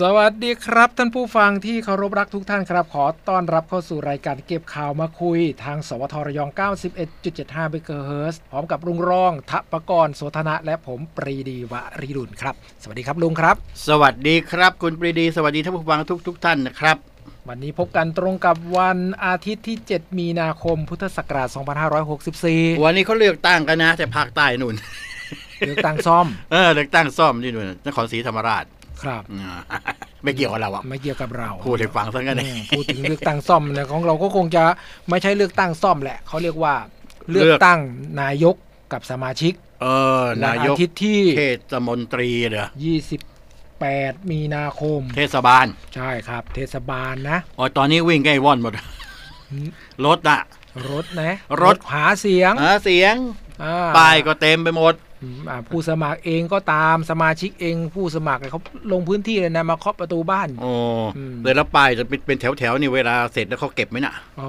สวัสดีครับท่านผู้ฟังที่เคารพรักทุกท่านครับ ขอต้อนรับเข้าสู่รายการเก็บข่าวมาคุย ทางสวทระยอง 91.75เบเกอร์เฮิร์พร้อมกับลุงรองทะปกรณ์โสธนะ และผมปรีดีวรีรุนครับ สวัสดีครับลุงครับ สวัสดีครับ คุณปรีดี สวัสดีท่านผู้ฟังทุกทุกๆท่านนะครับ วันนี้พบกันตรงกับวันอาทิตย์ที่ 7 มีนาคมพุทธศักราช 2564 วันนี้เขาเลือกตั้งกันนะ แต่ภาคใต้นู่น เลือกตั้งซ่อม เออเลือกตั้งซ่อมนี่นู่นนครศรีธรรมราช ครับ อ่าไม่เกี่ยวกับเราอ่ะ ไม่เกี่ยวกับเรา พูดให้ฟังซะงั้น อื เอ ม ง พูดถึงเลือกตั้งซ่อมเนี่ยของเราก็คงจะไม่ใช่เลือกตั้งซ่อมแหละ เขาเรียกว่า เลื เลื อ อก กตั้งนายกกับสมาชิก เออ วัน าน ย อากทิตย์ที่ เทศมนตรีเหรอ 28 มีนาคม เทศบาล ใช่ครับ เทศบาลนะ อ๋อตอนนี้วิ่งใกล้ว่อนหมด อืม รถอ่ะ รถนะ รถ หาเสียง หาเสียง อ่ ป้ายก็เต็มไปหมด อืมอ่าผู้สมัครเองก็ตามสมาชิกเองผู้สมัครเนี่ยเขาลงพื้นที่เลยนะ มาเคาะประตูบ้าน โอ้ อืม เลยแล้วป้ายจะเป็นเป็นแถวแถวๆนี่เวลาเสร็จแล้วเขาเก็บไหมน่ะ โอ้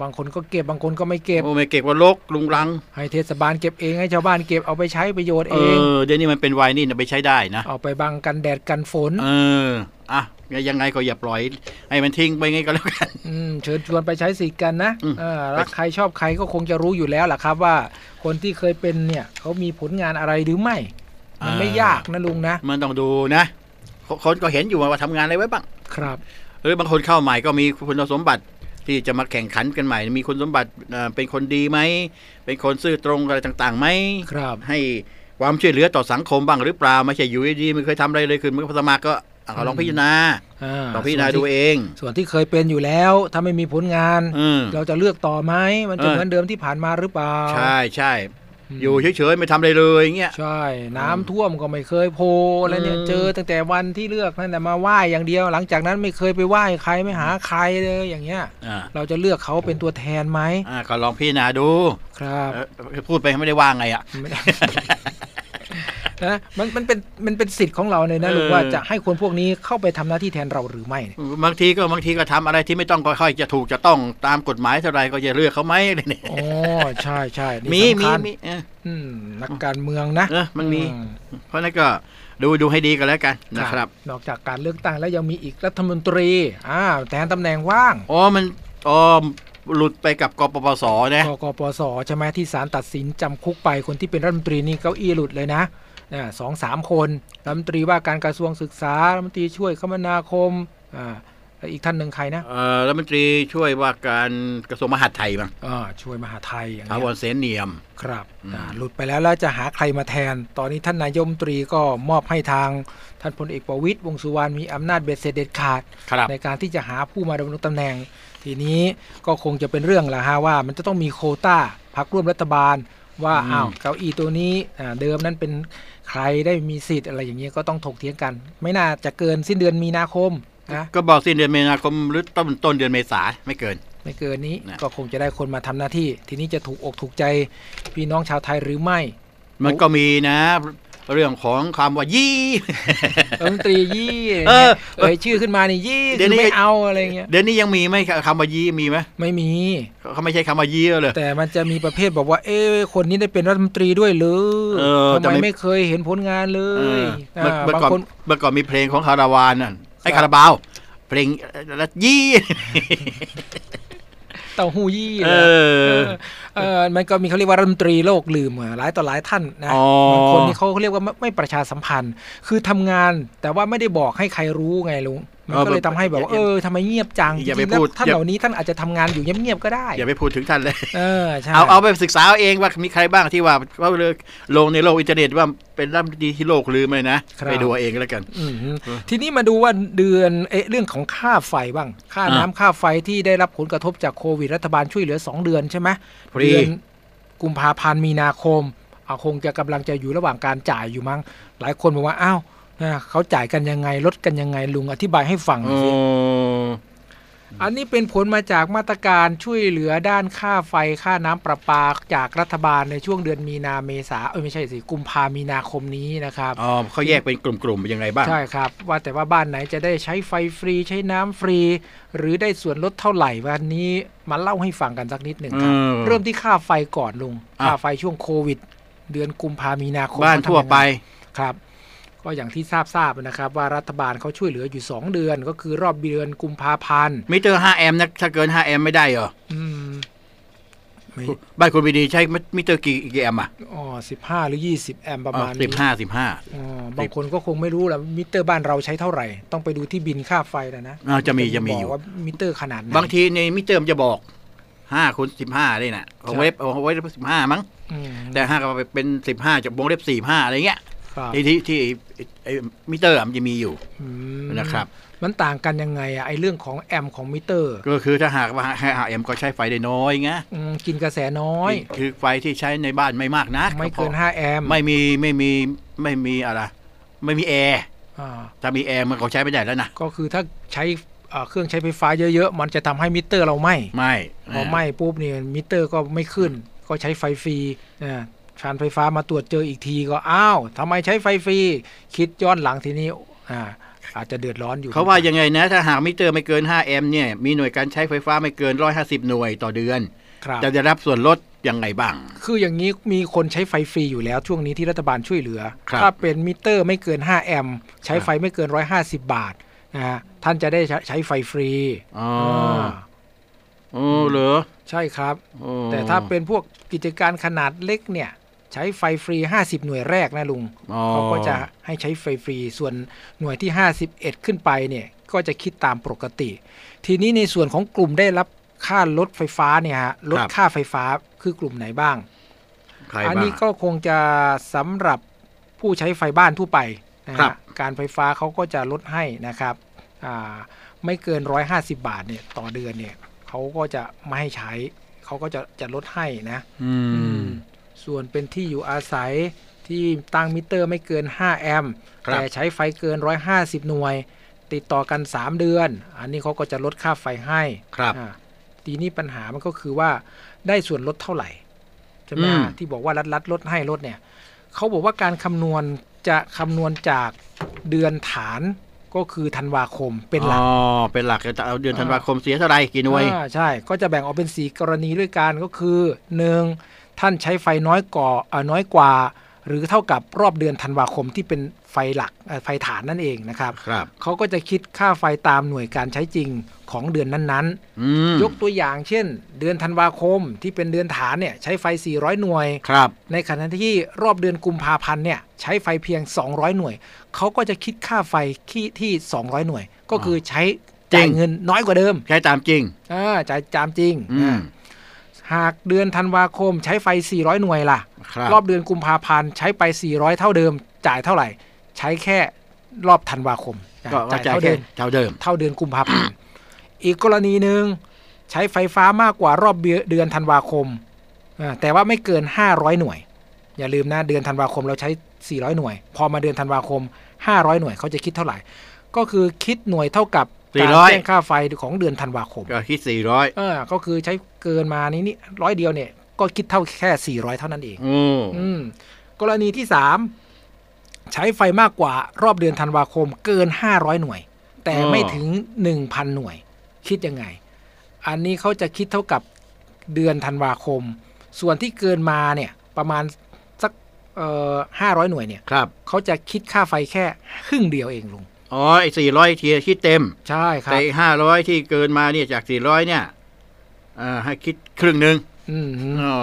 บางคนก็เก็บบางคนก็ไม่เก็บ โอ้ไม่เก็บว่าลกลุงรัง ให้เทศบาลเก็บเองให้ชาวบ้านเก็บเอาไปใช้ประโยชน์ เอ เอง อเดี๋ยวนี้มันเป็นไวนี่นะไปใช้ได้นะ เอาไปบังกันแดดกันฝน เออ อ่ะ ยังไงก็อย่าปล่อย ให้มันทิ้งไปไงก็แล้วกัน อืมเชิญชวนไปใช้สิทธิ์กันนะ อืม เออรักใครชอบใครก็คงจะรู้อยู่แล้วล่ะครับว่า คนที่เคยเป็นเนี่ยเขามีผลงานอะไรหรือไม่ มันไม่ยากนะลุงนะ มันต้องดูนะ คนก็เห็นอยู่ว่าทำงานอะไรไว้บ้าง ครับ หรือบางคนเข้าใหม่ก็มีคุณสมบัติที่จะมาแข่งขันกันใหม่ มีคุณสมบัติเอ่อเป็นคนดีไหม เป็นคนซื่อตรงอะไรต่างๆไหม ครับ ให้ความช่วยเหลือต่อสังคมบ้างหรือเปล่า ไม่ใช่อยู่ดีๆไม่เคยทำอะไรเลยคือมันก็สมัครก็อ่ะก็ลองพิจารณา อ่า ลองพิจารณาดู ส่วนที่ เอง ส่วนที่เคยเป็นอยู่แล้วถ้าไม่มีผลงาน เออ เราจะเลือกต่อไหมมันจะ เออ เหมือนเดิมที่ผ่านมาหรือเปล่า ใช่ใช่ ม อยู่เฉยๆไม่ทำอะไรเลยอย่างเงี้ย ใช่ น้ำท่วมก็ไม่เคยโพลแล้วเนี่ย อืม เจอตั้งแต่วันที่เลือกนั่นแหละมาไหว้อย่างเดียว หลังจากนั้นไม่เคยไปไหว้ใครไม่หาใครเลยอย่างเงี้ย อ่า เราจะเลือกเขาเป็นตัวแทนไหม อ่าก็ลองพิจารณาดู ครับ เอ่อพูดไปไม่ได้ว่าไงอ่ะ ไม่ได้ นะมันมันเป็นมันเป็นสิทธิ์ของเราเลยนะลุง เออ ว่าจะให้คนพวกนี้เข้าไปทำหน้าที่แทนเราหรือไม่เนี่ย บางทีก็บางทีก็ทำอะไรที่ไม่ต้องค่อยๆจะถูกจะต้องตามกฎหมายเท่าไรก็จะเลือกเขาไหม อะไรเนี่ย อ๋อใช่ใช่นี่สำมีมี คัญ มีเออ อืมนักการเมืองนะ เออมันมี อื เพราะนั้นก็ดูดูให้ดีกันแล้วกันนะครับ นอกจากการเลือกตั้งแล้วยังมีอีกรัฐมนตรีอ่าแทนตำแหน่งว่าง อ๋อมันอ๋อหลุดไปกับกปปสนะ กกปสใช่ไหมที่ศาลตัดสินจำคุกไปคนที่เป็นรัฐมนตรีนี่เก้าอี้หลุดเลยนะนะสองสามคนรัฐมนตรีว่าการกระทรวงศึกษารัฐมนตรีช่วยคมนาคมอ่าแล้วอีกท่านหนึ่งใครนะ เอ่อรัฐมนตรีช่วยว่าการกระทรวงมหาดไทยบ้าง อ่าช่วยมหาไทยอย่าง ถา เงี้ย วรเสนเนียม ครับ อืม อ่าหลุดไปแล้วแล้วจะหาใครมาแทน ตอนนี้ท่านนายกรัฐมนตรีก็มอบให้ทางท่านพลเอกประวิตยวงษ์สุวรรณมีอำนาจเบ็ดเสร็จเด็ดขาด ครับ ในการที่จะหาผู้มาดำรงตำแหน่ง ทีนี้ก็คงจะเป็นเรื่องละฮะว่า มันจะต้องมีโควต้าพักร่วมรัฐบาล ว่า อืม อ้าวเก้าอี้ตัวนี้อ่าเดิมนั้นเป็นใครได้มีสิทธิ์อะไรอย่างเงี้ยก็ต้องถกเถียงกัน ไม่น่าจะเกินสิ้นเดือนมีนาคมนะ ก็บอกสิ้นเดือนมีนาคมหรือต้นต้นเดือนเมษาไม่เกิน ไม่เกินนี้ นะ ก็คงจะได้คนมาทำหน้าที่ ทีนี้จะถูกอกถูกใจพี่น้องชาวไทยหรือไม่ มันก็มีนะ เรื่องของความว่ายี่ รัฐมนตรียี่ เออ เอ่ยชื่อขึ้นมานี่ยี่ เดี๋ยวนี้ คือไม่เอาอะไรเงี้ย เดี๋ยวนี้ยังมีไหมคำว่ายี่มีไหม ไม่มี เขาไม่ใช่คำว่ายี่เลย แต่มันจะมีประเภทบอกว่า เอ๊ะคนนี้ได้เป็นรัฐมนตรีด้วยหรือ เออ ทำ แต่ ไม ไม่ ไม่เคยเห็นผลงานเล เอย อเมื่อ อ่า เมื่อางบก่อน คน เมื่อก่อนมีเพลงของคาราวานน่ะไอ้ ครับ คาราบาวเพลงรัดยี่ เต่าหูยี่ เอ เอ อ อเออมันก็มีเขาเรียกว่ารัฐมนตรีโลกลืมอ่ะหลายต่อหลายท่านนะ อ๋อ บางคนนี่เขาเรียกว่าไม่ไม่ประชาสัมพันธ์ คือทำงานแต่ว่าไม่ได้บอกให้ใครรู้ไงลุงมันก็เลยทำให้แบบว่าเออทำไมเงียบจัง อย่าไป จริงๆแล้ว พูด ท่าน อย่า เหล่านี้ท่านอาจจะทำงานอยู่เงียบๆก็ได้ อย่าไปพูดถึงท่านเลย เออใช่ เอาเอาไปศึกษาเอาเองว่ามีใครบ้างที่ว่าเขาเลยลงในโลกอินเทอร์เน็ตว่าเป็นรัฐมนตรีที่โลกลืมเลยนะ ครับ ไปดูเอาเองแล้วกัน อืมทีนี้มาดูว่าเดือนเอ๊ะเรื่องของค่าไฟบ้าง ค่าน้ำ อ่ะ ค่าไฟที่ได้รับผลกระทบจากโควิดรัฐบาลช่วยเหลือ 2 เดือนใช่ไหม พอดี เดืนกุมภาพันธ์มีนาคมเอาคงจะกำลังจะอยู่ระหว่างการจ่ายอยู่มั้ง หลายคนบอกว่าอ้าวนะเขาจ่ายกันยังไงลดกันยังไงลุงอธิบายให้ฟังหน่อโอ้ยสิอันนี้เป็นผลมาจากมาตรการช่วยเหลือด้านค่าไฟค่าน้ำประปาจากรัฐบาลในช่วงเดือนมีนาเมษาเอยไม่ใช่สิกุมภามีนาคมนี้นะครับ อ๋อเขาแยกเป็นกลุ่มๆเป็นยังไงบ้าง ใช่ครับ ว่าแต่ว่าบ้านไหนจะได้ใช้ไฟฟรีใช้น้ำฟรี หรือได้ส่วนลดเท่าไหร่วันนี้มาเล่าให้ฟังกันสักนิดหนึ่งครับ อืม เริ่มที่ค่าไฟก่อนลุง อ่ะ ค่าไฟช่วงโควิด เดือนกุมภามีนาคม บ้านทั่วไป ครับ ก็อย่างที่ทราบทราบๆนะครับ ว่ารัฐบาลเขาช่วยเหลืออยู่ 2 เดือน ก็คือรอบเดือนกุมภาพันธ์ มิเตอร์ 5 แอมป์นะถ้าเกิน 5 แอมป์ไม่ได้เหรอ อืมไม่ บ้านคุณบีดีใช้มิเตอร์กี่กี่แอมป์อ่ะ อ๋อสิบห้าหรือยี่สิบแอมป์ประมาณ สิบ นี้ ห้าสิบห้า อ๋อบางคนก็คงไม่รู้ละมิเตอร์บ้านเราใช้เท่าไหร่ ต้องไปดูที่บินค่าไฟนะนะ จะมีจะมี บ อก ยู่ ว่ามิเตอร์ขนาดไหน บางทีในมิเตอร์มันจะบอกห้าคูณสิบห้าได้น่ะเอา ครับ เว็บเอาไว้สิบห้ามั้ง อืม แต่ห้าก็ไปเป็นสิบห้าจากวงเล็บสี่ห้าอะไรเงี้ย ครับ ที่ที่ที่ไอ้ไอ้มิเตอร์อะมันจะมีอยู่ อืม นะครับ มันต่างกันยังไงอะไอเรื่องของแอมป์ของมิเตอร์ ก็คือถ้าหากว่าห้าแอมป์ก็ใช้ไฟได้น้อยไง อืมกินกระแสน้อย คือไฟที่ใช้ในบ้านไม่มากนัก ไม่เกิน ก็พอ 5 แอมป์ ไม่มีไม่มีไม่มีอะไรไม่มีแอร์ อ่า ถ้ามีแอร์มันก็ใช้ไม่ได้แล้วนะ ก็คือถ้าใช้เอ่อเครื่องใช้ไฟฟ้าเยอะๆ มันจะทำให้มิเตอร์เราไหม ไม่ พอไหมปุ๊บเนี่ยมิเตอร์ก็ไม่ขึ้น ก็ใช้ไฟฟรีอ่าการไฟฟ้ามาตรวจเจออีกทีก็อ้าวทำไมใช้ไฟฟรี คิดย้อนหลังทีนี้อ่าอาจจะเดือดร้อนอยู่ เขาว่ายังไงนะ ถ้าหากมิเตอร์ไม่เกิน5แอมป์เนี่ยมีหน่วยการใช้ไฟฟ้าไม่เกิน 150 หน่วยต่อเดือน ครับ จะได้รับส่วนลดยังไงบ้าง คืออย่างนี้มีคนใช้ไฟฟรีอยู่แล้วช่วงนี้ที่รัฐบาลช่วยเหลือ ครับ ถ้าเป็นมิเตอร์ไม่เกิน 5 แอมป์ใช้ ครับ ไฟไม่เกิน 150 บาทนะฮะท่านจะได้ใช้ใช้ไฟฟรี อ๋อ อ่า โอ้เหรอ ใช่ครับ โอ้ แต่ถ้าเป็นพวกกิจการขนาดเล็กเนี่ย ใช้ไฟฟรี 50 หน่วยแรกนะลุง อ๋อ เขาก็จะให้ใช้ไฟฟรี ส่วนหน่วยที่ 51 ขึ้นไปเนี่ย ก็จะคิดตามปกติ ทีนี้ในส่วนของกลุ่มได้รับค่าลดไฟฟ้าเนี่ยฮะลดค่าไฟฟ้าคือกลุ่มไหนบ้าง ใคร อัน บ้าง นี้ก็คงจะสำหรับผู้ใช้ไฟบ้านทั่วไปนะ ครั ฮะ บ การไฟฟ้าเขาก็จะลดให้นะครับอ่าไม่เกิน 150 บาทเนี่ยต่อเดือนเนี่ยเขาก็จะไม่ให้ใช้เขาก็จะจะลดให้นะ อืม ส่วนเป็นที่อยู่อาศัยที่ตั้งมิเตอร์ไม่เกิน 5 แอมป์ ครับ แต่ใช้ไฟเกิน 150 หน่วย ติดต่อกัน 3 เดือน อันนี้เขาก็จะลดค่าไฟให้ ครับ อ่าทีนี้ปัญหามันก็คือว่าได้ส่วนลดเท่าไหร่ใช่ไหม อืม ฮะที่บอกว่ารัดรัดลดให้ลดเนี่ยเขาบอกว่าการคำนวณจะคำนวณจากเดือนฐานก็คือธันวาคมเป็นหลัก อ๋อเป็นหลักจะเอาเดือนธันวาคมเสียเท่าไหร่กี่หน่วย อ่าใช่ ก็จะแบ่งออกเป็นสีกรณีด้วยกันก็คือ 1. ท่านใช้ไฟน้อยกว่าเอ่อน้อยกว่า หรือเท่ากับรอบเดือนธันวาคมที่เป็นไฟหลักเอ่อไฟฐานนั่นเองนะครับ ครับ เขาก็จะคิดค่าไฟตามหน่วยการใช้จริงของเดือนนั้น อืม ๆ ยกตัวอย่างเช่น เดือนธันวาคมที่เป็นเดือนฐานเนี่ยใช้ไฟ 400 หน่วย ครับ ในขณะที่รอบเดือนกุมภาพันธ์เนี่ยใช้ไฟเพียง 200 หน่วย เขาก็จะคิดค่าไฟที่ที่ 200 หน่วย ก็คือใช้จ่าย จริง เงินน้อยกว่าเดิม ใช้ตามจริง อ่าจ่ายจามจริง อืม อ่าหากเดือนธันวาคมใช้ไฟ 400 หน่วยล่ะ ครับ รอบเดือนกุมภาพันธ์ใช้ไป 400 เท่าเดิม จ่ายเท่าไหร่ ใช้แค่รอบธันวาคมอ่า ก็ก็ จ่าย จ่าย เท่า แค่ เดิม เท่าเดิม เท่าเดือนกุมภาพันธ์ อีกกรณีหนึ่งใช้ไฟฟ้ามากกว่ารอบเดือนธันวาคมอ่าแต่ว่าไม่เกิน 500 หน่วย อย่าลืมนะเดือนธันวาคมเราใช้ 400 หน่วย พอมาเดือนธันวาคม 500 หน่วยเขาจะคิดเท่าไหร่ ก็คือคิดหน่วยเท่ากับการ 400 แจ้งค่าไฟของเดือนธันวาคม ก็คิดสี่ร้อย เออก็คือใช้เกินมานี้นี่ร้อยเดียวเนี่ย ก็คิดเท่าแค่ 400 เท่านั้นเอง โอ้ อืม กรณีที่ 3 ใช้ไฟมากกว่ารอบเดือนธันวาคมเกิน 500 หน่วย แต่ไม่ถึง 1,000 หน่วย คิดยังไง อันนี้เขาจะคิดเท่ากับเดือนธันวาคม ส่วนที่เกินมาเนี่ย ประมาณสักเอ่อ500 หน่วยเนี่ย ครับ เขาจะคิดค่าไฟแค่ครึ่งเดียวเองลุง อ๋อไอ้สี่ร้อยทีคิดเต็ม ใช่ครับ แต่ห้าร้อยที่เกินมาเนี่ยจากสี่ร้อยเนี่ยอ่าให้คิดครึ่งหนึ่ง อืมฮึ อ๋อ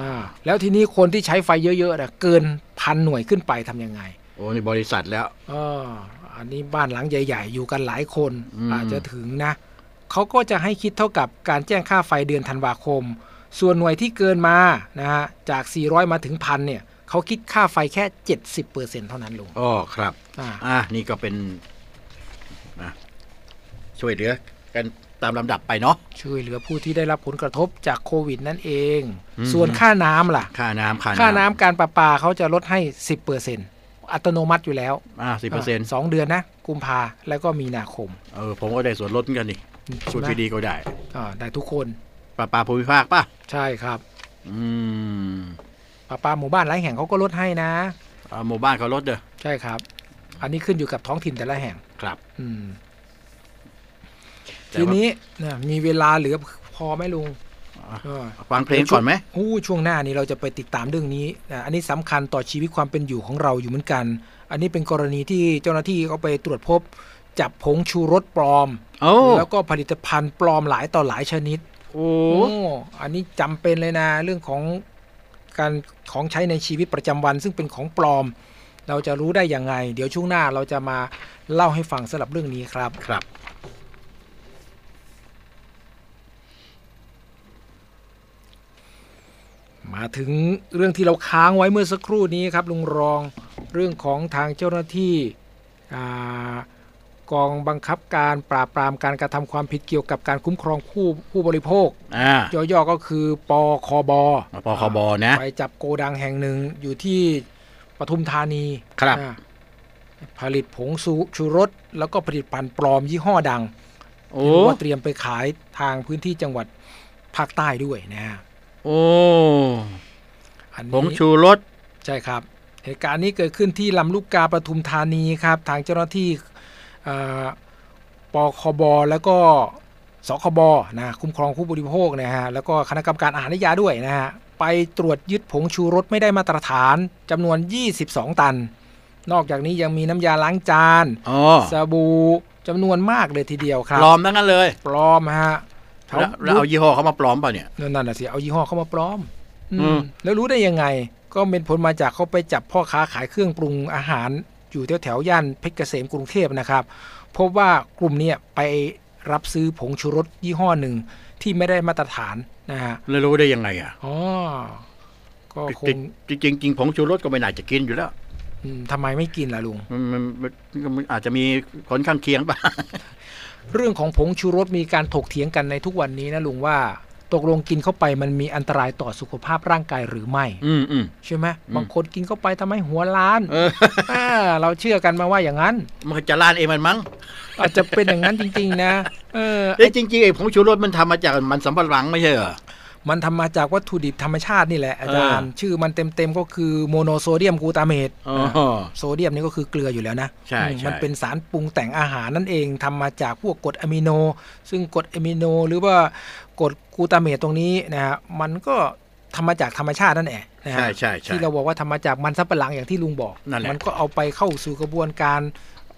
อ่าแล้วทีนี้คนที่ใช้ไฟเยอะๆนะเกินพันหน่วยขึ้นไปทำยังไง โอ้นี่บริษัทแล้ว อ่าอันนี้บ้านหลังใหญ่ ๆ อยู่กันหลายคน อืม อาจจะถึงนะเขาก็จะให้คิดเท่ากับการแจ้งค่าไฟเดือนธันวาคม ส่วนหน่วยที่เกินมานะฮะจาก 400 มาถึงพันเนี่ยเขาคิดค่าไฟแค่ 70%เท่านั้นลุง อ๋อครับ อ่า อ่ะนี่ก็เป็นนะช่วยเหลือกันตามลำดับไปเนาะ ช่วยเหลือผู้ที่ได้รับผลกระทบจากโควิดนั่นเอง อืม ส่วนค่าน้ำล่ะ ค่าน้ำค่า ค่าน้ำการประปาเขาจะลดให้ 10%อัตโนมัติอยู่แล้ว อ่าสิเปอร์เซ็นต์ สองเดือนนะ กุมภาแล้วก็มีนาคม เออผมก็ได้ส่วนลดเหมือนกันนี่ส่วนพีดีก็ได้ อ่าได้ทุกคน ปลาปลาภูมิภาคป่ะ ใช่ครับ อืม ปลาปลาหมู่บ้านหลายแห่งเขาก็ลดให้นะ อ่าหมู่บ้านเขาลดเด้อ ใช่ครับ อันนี้ขึ้นอยู่กับท้องถิ่นแต่ละแห่ง ครับ อืม แต่ ที ว่า นี้นะมีเวลาเหลือพอไหมลุง เออ ฟังเพลงก่อนไหม อู้ช่วงหน้านี้เราจะไปติดตามเรื่องนี้นะอันนี้สำคัญต่อชีวิตความเป็นอยู่ของเราอยู่เหมือนกัน อันนี้เป็นกรณีที่เจ้าหน้าที่เขาไปตรวจพบ จับผงชูรสปลอม โอ้ แล้วก็ผลิตภัณฑ์ปลอมหลายต่อหลายชนิด โอ้ โอ้ อันนี้จำเป็นเลยนะ เรื่องของการของใช้ในชีวิตประจำวัน ซึ่งเป็นของปลอม เราจะรู้ได้อย่างไง เดี๋ยวช่วงหน้าเราจะมาเล่าให้ฟังสำหรับเรื่องนี้ครับ ครับ มาถึงเรื่องที่เราค้างไว้เมื่อสักครู่นี้ครับลุงรองเรื่องของทางเจ้าหน้าที่อ่ากองบังคับการปราบปรามการกระทำความผิดเกี่ยวกับการคุ้มครองผู้ผู้บริโภค อ่า ย่อๆก็คือปคบ ปคบนะ ไปจับโกดังแห่งหนึ่งอยู่ที่ปทุมธานี ครับ อ่าผลิตผงซูชูรส แล้วก็ผลิตภัณฑ์ปลอมยี่ห้อดัง โอ้ เห็นว่าเตรียมไปขายทางพื้นที่จังหวัดภาคใต้ด้วยนะฮะ โอ้ อัน ผง นี้ ชูรส ใช่ครับ เหตุการณ์นี้เกิดขึ้นที่ลำลูกกาปทุมธานีครับ ทางเจ้าหน้าที่เอ่อปคบแล้วก็สคบนะคุ้มครองผู้บริโภคนะฮะแล้วก็คณะกรรมการอาหารและยาด้วยนะฮะไปตรวจยึดผงชูรสไม่ได้มาตรฐานจำนวน 22 ตัน นอกจากนี้ยังมีน้ำยาล้างจาน อ๋อ สบู่จำนวนมากเลยทีเดียวครั ป บ ลอมทั้งนั้นเลย ปลอมฮะเขา แล้วแล้วเอายี่ห้อเขามาปลอมเปล่ะเนี่ย นั่นน่ะสิเอายี่ห้อเข้ามาปลอมอืม อืม แล้วรู้ได้ยังไง ก็เป็นผลมาจากเขาไปจับพ่อค้าขายเครื่องปรุงอาหาร อยู่แถวแถวๆย่านเพชรเกษมกรุงเทพนะครับ พบว่ากลุ่มเนี้ยไปรับซื้อผงชูรสยี่ห้อหนึ่งที่ไม่ได้มาตรฐานนะฮะ แล้วรู้ได้ยังไงอ่ะ อ๋อก็คง จริงจริงจริงๆผงชูรสก็ไม่น่าจะกินอยู่แล้ว อืมทำไมไม่กินล่ะลุง มันมันมันมันอาจจะมีผลข้างเคียงป่ะ เรื่องของผงชูรสมีการถกเถียงกันในทุกวันนี้นะลุงว่าตกลงกินเข้าไปมันมีอันตรายต่อสุขภาพร่างกายห รือไม่ อืมอืม ใช่ไหม อืม บางคนกินเข้าไปทำให้หัวล้าน เออ อ่าเราเชื่อกันมาว่าอย่างนั้น มันจะล่านเองมันมั้ง อาจจะเป็นอย่างนั้นจริง ๆ นะเออ เอ้ยจริงๆไอ้ผงชูรสมันทำมาจากมันสำปะหลังไม่ใช่เหรอ มันทำมาจากวัตถุดิบธรรมชาตินี่แหละอาจารย์ ชื่อมันเต็มๆก็คือโมโนโซเดียมกลูตาเมต อ๋อ โซเดียมนี่ก็คือเกลืออยู่แล้วนะ ใช่ อืม ใช่ มันเป็นสารปรุงแต่งอาหารนั่นเองทำมาจากพวกกรดอะมิโน ซึ่งกรดอะมิโนหรือว่ากรดกลูตาเมตตรงนี้นะฮะมันก็ทำมาจากธรรมชาตินั่นแหละนะฮะ ใช่ใช่ใช่ ที่เราบอกว่าทำมาจากมันสับปะหลังอย่างที่ลุงบอก นั่นแหละ มัก็เอาไปเข้าสู่กระบวนการ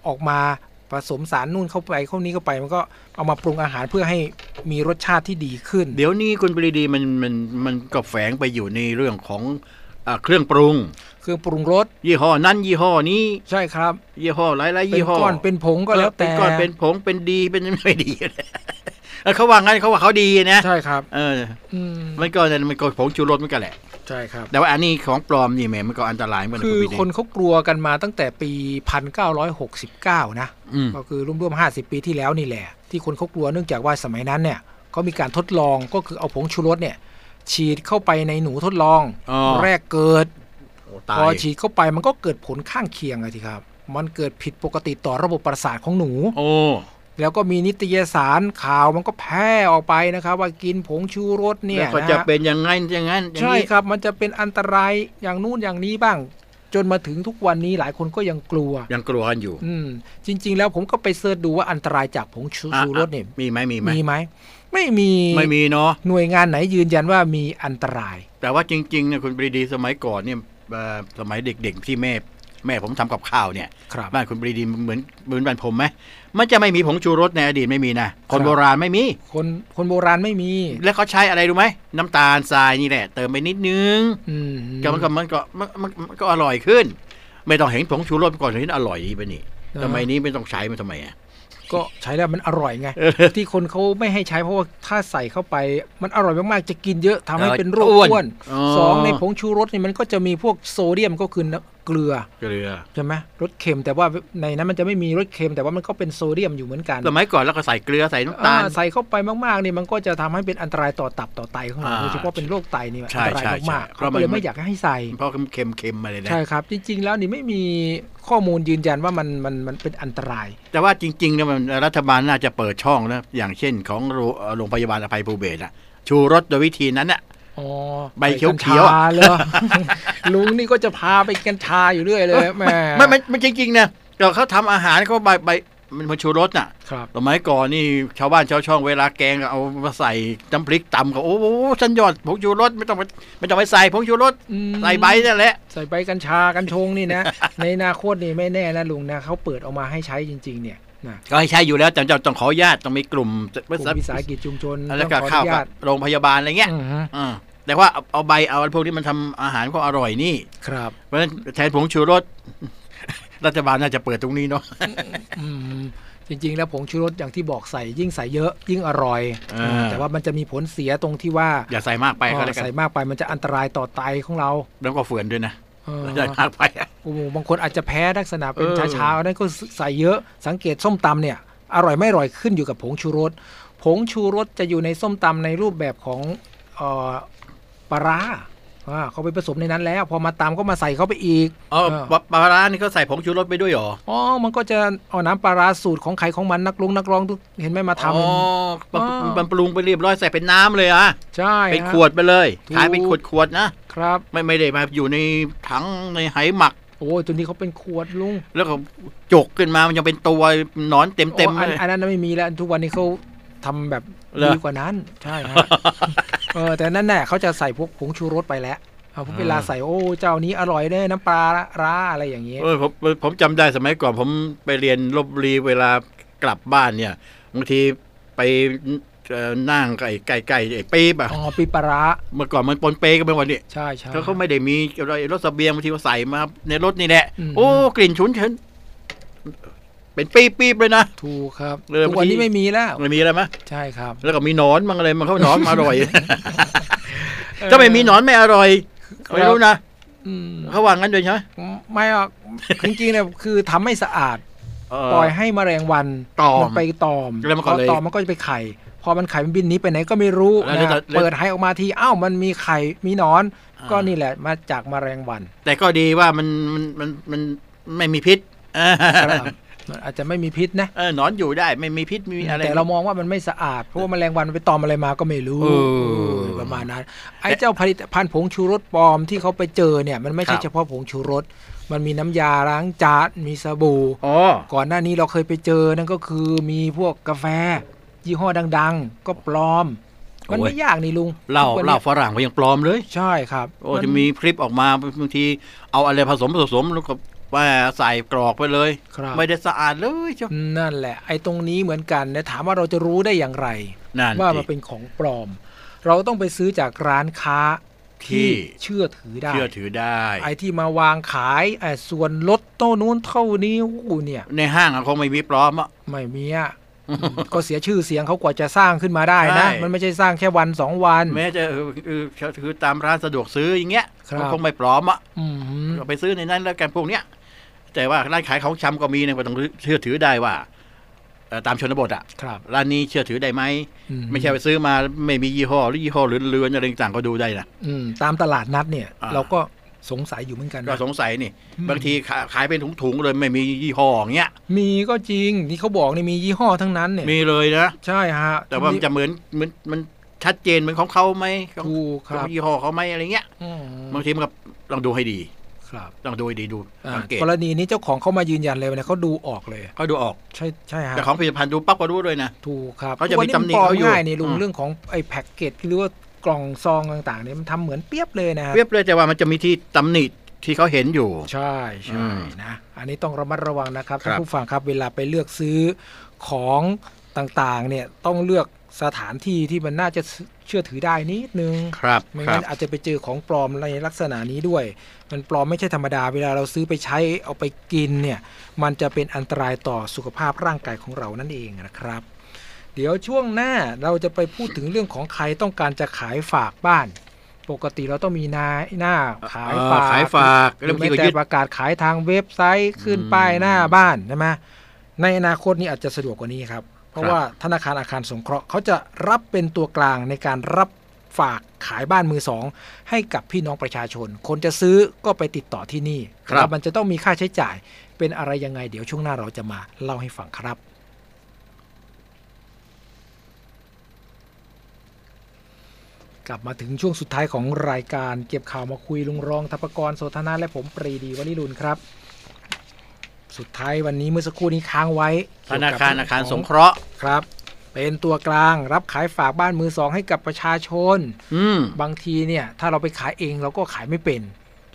ออกมาผสมสารนู่นเข้าไปเข้านี้เข้าไป มันก็เอามาปรุงอาหารเพื่อให้มีรสชาติที่ดีขึ้น เดี๋ยวนี้คุณปรีดีมันมันมันก็แฝงไปอยู่ในเรื่องของอ่าเครื่องปรุง เครื่องปรุงรส ยี่ห้อนั้นยี่ห้อนี้ ใช่ครับ ยี่ห้อหลายๆ เป็ ยี่ น ห้อ ก้อนเป็นผงก็แล้วแต่ เออเป็นก้อนเป็นผงเป็นดีเป็นไม่ดี อะไรเออเขาว่างั้นเขาว่าเขาดีนะ ใช่ครับ เออ อืม มันก็นั่นมันก็ผงชูรสมันก็แหละ ใช่ครับ แต่ว่าอันนี้ของปลอมนี่แหม่มันก็อันตรายเหมือนกัน คือ ณปรีดี คนเขากลัวกันมาตั้งแต่ปี 1969 นะ อืม ก็คือร่วมๆ50 ปีที่แล้วนี่แหละ ที่คนเขากลัวเนื่องจากว่าสมัยนั้นเนี่ยเขามีการทดลองก็คือเอาผงชูรสเนี่ย ฉีดเข้าไปในหนูทดลอง อ๋อ แรกเกิด โอ้ตาย พอฉีดเข้าไปมันก็เกิดผลข้างเคียงเลยทีครับ มันเกิดผิดปกติต่อระบบประสาทของหนู โอ้ แล้วก็มีนิตยสารข่าวมันก็แพร่ออกไปนะครับ ว่ากินผงชูรสเนี่ แล้ ยว ก็ นะ จะ ฮะ เป็นอย่างงั้นอย่างนั้นอย่าง ใช่ นี้ ครับ มันจะเป็นอันตรายอย่างนู่นอย่างนี้บ้าง จนมาถึงทุกวันนี้หลายคนก็ยังกลัว ยังกลัวกันอยู่ อืม จริง ๆ แล้วผมก็ไปเสิร์ชดูว่าอันตรายจากผงชู อ่ะ ชูรสเนี่ย มีไหมมีไหม มีไหมไม่มี ไม่มีเนาะ หน่วยงานไหนยืนยันว่ามีอันตราย แต่ว่าจริงๆเนี่ยคุณปรีดีสมัยก่อนเนี่ยเอ่อสมัยเด็กๆที่แม่แม่ผมทำกับข้าวเนี่ย ครับ บ้านคุณปรีดีเหมือนเหมือนบ้านผมไหมมันจะไม่มีผงชูรสในอดีตไม่มีนะคน ครับ โบราณไม่มี คนคนโบราณไม่มี แล้วเขาใช้อะไรรู้ไหมน้ำตาลทรายนี่แหละ เติมไปนิดนึง อืม ก็มันก็มันก็มันมันมันก็อร่อยขึ้น ไม่ต้องเห็นผงชูรสก่อนเห็นอร่อยดีไปะนี่ อ่าฮะ ทำไมนี้ไม่ต้องใช้มันทำไมอ่ะ ก็ใช้แล้วมันอร่อยไง เออ ที่คนเขาไม่ให้ใช้เพราะว่าถ้าใส่เข้าไป มันอร่อยมาก ๆ จะกินเยอะทำให้ เออ เป็นโรค อ้วน อ้วน อ๋อ สองในผงชูรสเนี่ยมันก็จะมีพวกโซเดียมก็คือเกลือ เกลือ ใช่ไหมรสเค็มแต่ว่าในนั้นมันจะไม่มีรสเค็มแต่ว่ามันก็เป็นโซเดียมอยู่เหมือนกัน สมัยก่อนแล้วก็ใส่เกลือใส่น้ำตา อ่า ล ใส่เข้าไปมากๆเนี่ยมันก็จะทำให้เป็นอันตรายต่อตับต่อไตของเรา อ่า โดยเฉพาะเป็นโรคไตเนี่ย ใช่ อันตราย ใช่ มากๆใช่เพราะ เขา มัน เลยไม่อยากให้ใส่ เพราะเค็มเค็มๆมาเลยนะ ใช่ครับ จริง ๆ แล้วนี่ไม่มีข้อมูลยืนยันว่ามันมันมันเป็นอันตราย แต่ว่าจริงๆเนี่ยมันรัฐบาลน่าจะเปิดช่องนะอย่างเช่นของโรเอ่อโรงพยาบาลอภัยภูเบศรอะชูรสโดยวิธีนั้นอะ อ๋อ ใบเขียวๆ ไปกัญ อ่ะ ชาเลย เหรอ ลุงนี่ ก็จะพาไปกัญชาอยู่เรื่อยเลยแหม่ ไม่ไม่ไม่จริงๆนะเดี๋ยวเขาทำอาหารเขาใบใบ มันมันชูรสน่ะ ครับ สมัยก่อนนี่ชาวบ้านชาวช่องเวลาแกงก็เอามาใส่น้ำพริกตำก็โอ้โหฉันยอดผงชูรสไม่ต้องไปไม่ต้องไปใส่ผงชูรส อืม ใส่ใบนั่นแหละ ใส่ใบกัญชากัญชงนี่นะ ในอนาคตนี่ไม่แน่นะลุงนะเขาเปิดออกมาให้ใช้จริง ๆ เนี่ยนะ ก็ให้ใช้อยู่แล้วแต่จะต้องขออนุญาตต้องมีกลุ่ม กลุ่มวิสาหกิจชุมชน แล้วต้ก็องขอ เข้า อนุ กั ญา บ ต โรงพยาบาลอะไรเงี้ย อือฮึ อ่าแต่ว่าเอาเอาใบเอาพวกนี้มันทำอาหารก็อร่อยนี่ ครับ เพราะฉะนั้นแทนผงชูรส รัฐบาลน่าจะเปิดตรงนี้เนาะ อืมจริง ๆ แล้วผงชูรสอย่างที่บอกใส่ยิ่งใส่เยอะยิ่งอร่อย อ่า แต่ว่ามันจะมีผลเสียตรงที่ว่า อย่าใส่มากไปก็แล้วกัน ใส่มากไปมันจะอันตรายต่อไตของเรา แล้วก็เฟื่อนด้วยนะ เออ อย่าใส่มากไป โอ้โหบางคนอาจจะแพ้ลักษณะเป็น เออ ชาๆนั่นก็ใส่เยอะสังเกตส้มตำเนี่ย อร่อยไม่อร่อยขึ้นอยู่กับผงชูรสผงชูรสจะอยู่ในส้มตำในรูปแบบของเออปลาร้าอ่าเขาไปผสมในนั้นแล้ว พอมาตำก็มาใส่เข้าไปอีก อ๋อ เออ ปลาปลาร้านี่เขาใส่ผงชูรสไปด้วยเหรอ อ๋อมันก็จะเอาน้ำปลาร้าสูตรของใครของมันนักลุงนักร้องทุกเห็นไหมมาทำ อ๋อปรับ อ๋อ ปรับปรุงไปเรียบร้อยใส่เป็นน้ำเลยอ่ะ ใช่ เป็น ฮะ ขวดไปเลย ถูก ขายเป็นขวดขวดๆนะ ครับ ไม่ไม่ได้มาอยู่ในถังในไหหมัก โอ้ยตัวนี้เขาเป็นขวดลุง แล้วก็จกขึ้นมามันยังเป็นตัวหนอนเต็มเต็ม โอ้ ๆ อัน เลย อันนั้นไม่มีแล้ว ทุกวันนี้เขาทำแบบ เหรอ ดีกว่านั้น ใช่ ฮะ เออแต่นั่นแหละเขาจะใส่พวกผงชูรสไปแล้วเอาพวกเวลาใส่โอ้เจ้านี้อร่อยเด้อน้ำปลาร้าอะไรอย่างเงี้ย เออผมผมจำได้สมัยก่อนผมไปเรียนลบบุรีเวลากลับบ้านเนี่ยบางทีไปเอ่อนั่งไก่ไก่ไก่ไอ้ปี๊บอะ อ๋อปีปลาร้า เมื่อก่อนมันปนเปกันไปหมดนี่ ใช่ใช่ เขาเขาไม่ได้มีอะไรรถเสเบียงบางทีเขาใส่มาในรถนี่แหละ อืม โอ้กลิ่นฉุนเฉินเป็นปี๊บปี๊บเลยนะ ถูกครับ เออ ทุกวัน บางที นี้ไม่มีแล้ว ไม่มีอะไรมะ ใช่ครับ แล้วก็มีหนอนมังอะไรมันเข้าหนอนมาอร่อย ถ้าไม่มีหนอนไม่อร่อยไม่รู้นะ อืม เขาว่างั้นเลยใช่ไหม ไม่หรอกจริงๆเนี่ยคือทำไม่สะอาด เ ปล่อยให้แมลงวัน ตอม นไปตอม แล้วมันก็เลย พตอมมันก็จะไปไข่ พอมันไข่มันบินหนี้ไปไหนก็ไม่รู้ แล้ว นะ จะ เปิดให้ออกมาทีอ้าวมันมีไข่มีหนอน อ่า ก็นี่แหละมาจากแมลงวัน แต่ก็ดีว่ามันมันมันมันไม่มีพิษเออ ครับมันอาจจะไม่มีพิษนะ เออหนอนอยู่ได้ไม่มีพิษไม่มีอะไร แต่เรามองว่ามันไม่สะอาดเพราะว่าแมลงวันมันไปตอมอะไรมาก็ไม่รู้ เออ เออประมาณนั้นไอ้เจ้าผลิตภัณฑ์ผงชูรสปลอมที่เขาไปเจอเนี่ย มันไม่ใช่ ครับ เฉพาะผงชูรสมันมีน้ำยาล้างจานมีสบู่ อ๋อ ก่อนหน้านี้เราเคยไปเจอนั่นก็คือมีพวกกาแฟ ยี่ห้อดัง ๆ ก็ปลอม มันไม่ยากนี่ลุง เหล้า ทุกวัน เห นี้ ล้าฝรั่งมันยังปลอมเลย ใช่ครับ โอ้ น จะมีคลิปออกมาบางทีเอาอะไรผสมผสมแล้วก็ว่าใส่กรอกไปเลย ครับ ไม่ได้สะอาดเลยเจ้า นั่นแหละ ไอ้ตรงนี้เหมือนกันนะถามว่าเราจะรู้ได้อย่างไร นั่น ว่ามัน สิ เป็นของปลอม เราต้องไปซื้อจากร้านค้าที่ ที่ เชื่อถือได้ เชื่อถือได้ ไอ้ที่มาวางขายไอ้ส่วนลดโต้นู้นเท่านี้อู้เนี่ย ในห้างอะคงไม่มีปลอมอะ ไม่มีอ่ะ อืมก็เสียชื่อเสียงเขากว่าจะสร้างขึ้นมาได้นะ ใช่ มันไม่ใช่สร้างแค่วันสองวัน แม้จะเออเออคือตามร้านสะดวกซื้ออย่างเงี้ย ครับ ก็คงไม่ปลอมอะ อืม เราไปซื้อในนั้นแล้วกันพวกเนี้ยแต่ว่าร้านขายของชำก็มีนะก็ต้องเชื่อถือได้ว่าเอ่อตามชนบทอะ ครับ ร้านนี้เชื่อถือได้ไหม อื ไม่ใช่ไปซื้อมาไม่มียี่ห้อหรือยี่ห้อหรือเรือนอะไรต่างๆก็ดูได้นะ อืมตามตลาดนัดเนี่ย อ่า เราก็สงสัยอยู่เหมือนกัน ก็ นะ สงสัยนี่ บางทีขาขายเป็นถุงๆเลยไม่มียี่ห้ออย่างเงี้ย มีก็จริงนี่เขาบอกนี่มียี่ห้อทั้งนั้นเนี่ย มีเลยนะ ใช่ฮะ แต่ว่ามันจะเหมือนเหมือนมันชัดเจนเหมือนของเขาไหมของ ถูกครับ ของยี่ห้อเขาไหมอะไรเงี้ย อืม บางทีมันก็ลองดูให้ดี ครับ ลองดูให้ดีดู อ่า สังเกต กรณีนี้เจ้าของเขามายืนยันเลยนะเขาดูออกเลย เขาดูออก ใช่ใช่ฮะ แต่ของผลิตภัณฑ์ดูปั๊บก็รู้เลยนะ ถูกครับ เขาจะมี วั ตำหนิ ปลอม เขาอยู่ ง่ายนี่ลุง อืม เรื่องของไอ้แพ็กเกจหรือว่ากล่องซองต่างๆเนี่ยมันทำเหมือนเปรียบเลยนะฮะ เรียบเลยแต่ว่ามันจะมีที่ตำหนิที่เขาเห็นอยู่ ใช่ใช่ อืม นะอันนี้ต้องระมัดระวังนะครับ ครับ ท่านผู้ฟังครับเวลาไปเลือกซื้อของต่างๆเนี่ยต้องเลือกสถานที่ที่มันน่าจะเชื่อถือได้นิดนึง ครับ ไม่ ครั งั้ บ นอาจจะไปเจอของปลอมในลักษณะนี้ด้วย มันปลอมไม่ใช่ธรรมดา เวลาเราซื้อไปใช้เอาไปกินเนี่ย มันจะเป็นอันตรายต่อสุขภาพร่างกายของเรานั่นเองนะครับ เดี๋ยวช่วงหน้าเราจะไปพูดถึงเรื่องของใครต้องการจะขายฝากบ้าน ปกติเราต้องมีนายหน้าขาย เอ่อ ฝาก ขายฝาก หรือ แล้วบางที ไม่ ก็ แต่ ยึด ประกาศขายทางเว็บไซต์ขึ้น อืม ป้ายหน้าบ้านใช่ไหมในอนาคตนี้อาจจะสะดวกกว่านี้ครับ เพราะ ครับ ว่าธนาคารอาคารสงเคราะห์เขาจะรับเป็นตัวกลางในการรับฝากขายบ้านมือสอง ให้กับพี่น้องประชาชน คนจะซื้อก็ไปติดต่อที่นี่ คแต่รับว่ามันจะต้องมีค่าใช้จ่าย เป็นอะไรยังไง เดี๋ยวช่วงหน้าเราจะมาเล่าให้ฟังครับ กลับมาถึงช่วงสุดท้ายของรายการเก็บข่าวมาคุยลุงรองทัพกรโสธนาและผมปรีดีวลิรุนครับ สุดท้ายวันนี้เมื่อสักครู่นี้ค้างไว้ ธนาคาร เกี่ยวกับ อาคารสงเคราะห์ ครับ เป็นตัวกลางรับขายฝากบ้านมือสองให้กับประชาชน อืม บางทีเนี่ย ถ้าเราไปขายเองเราก็ขายไม่เป็น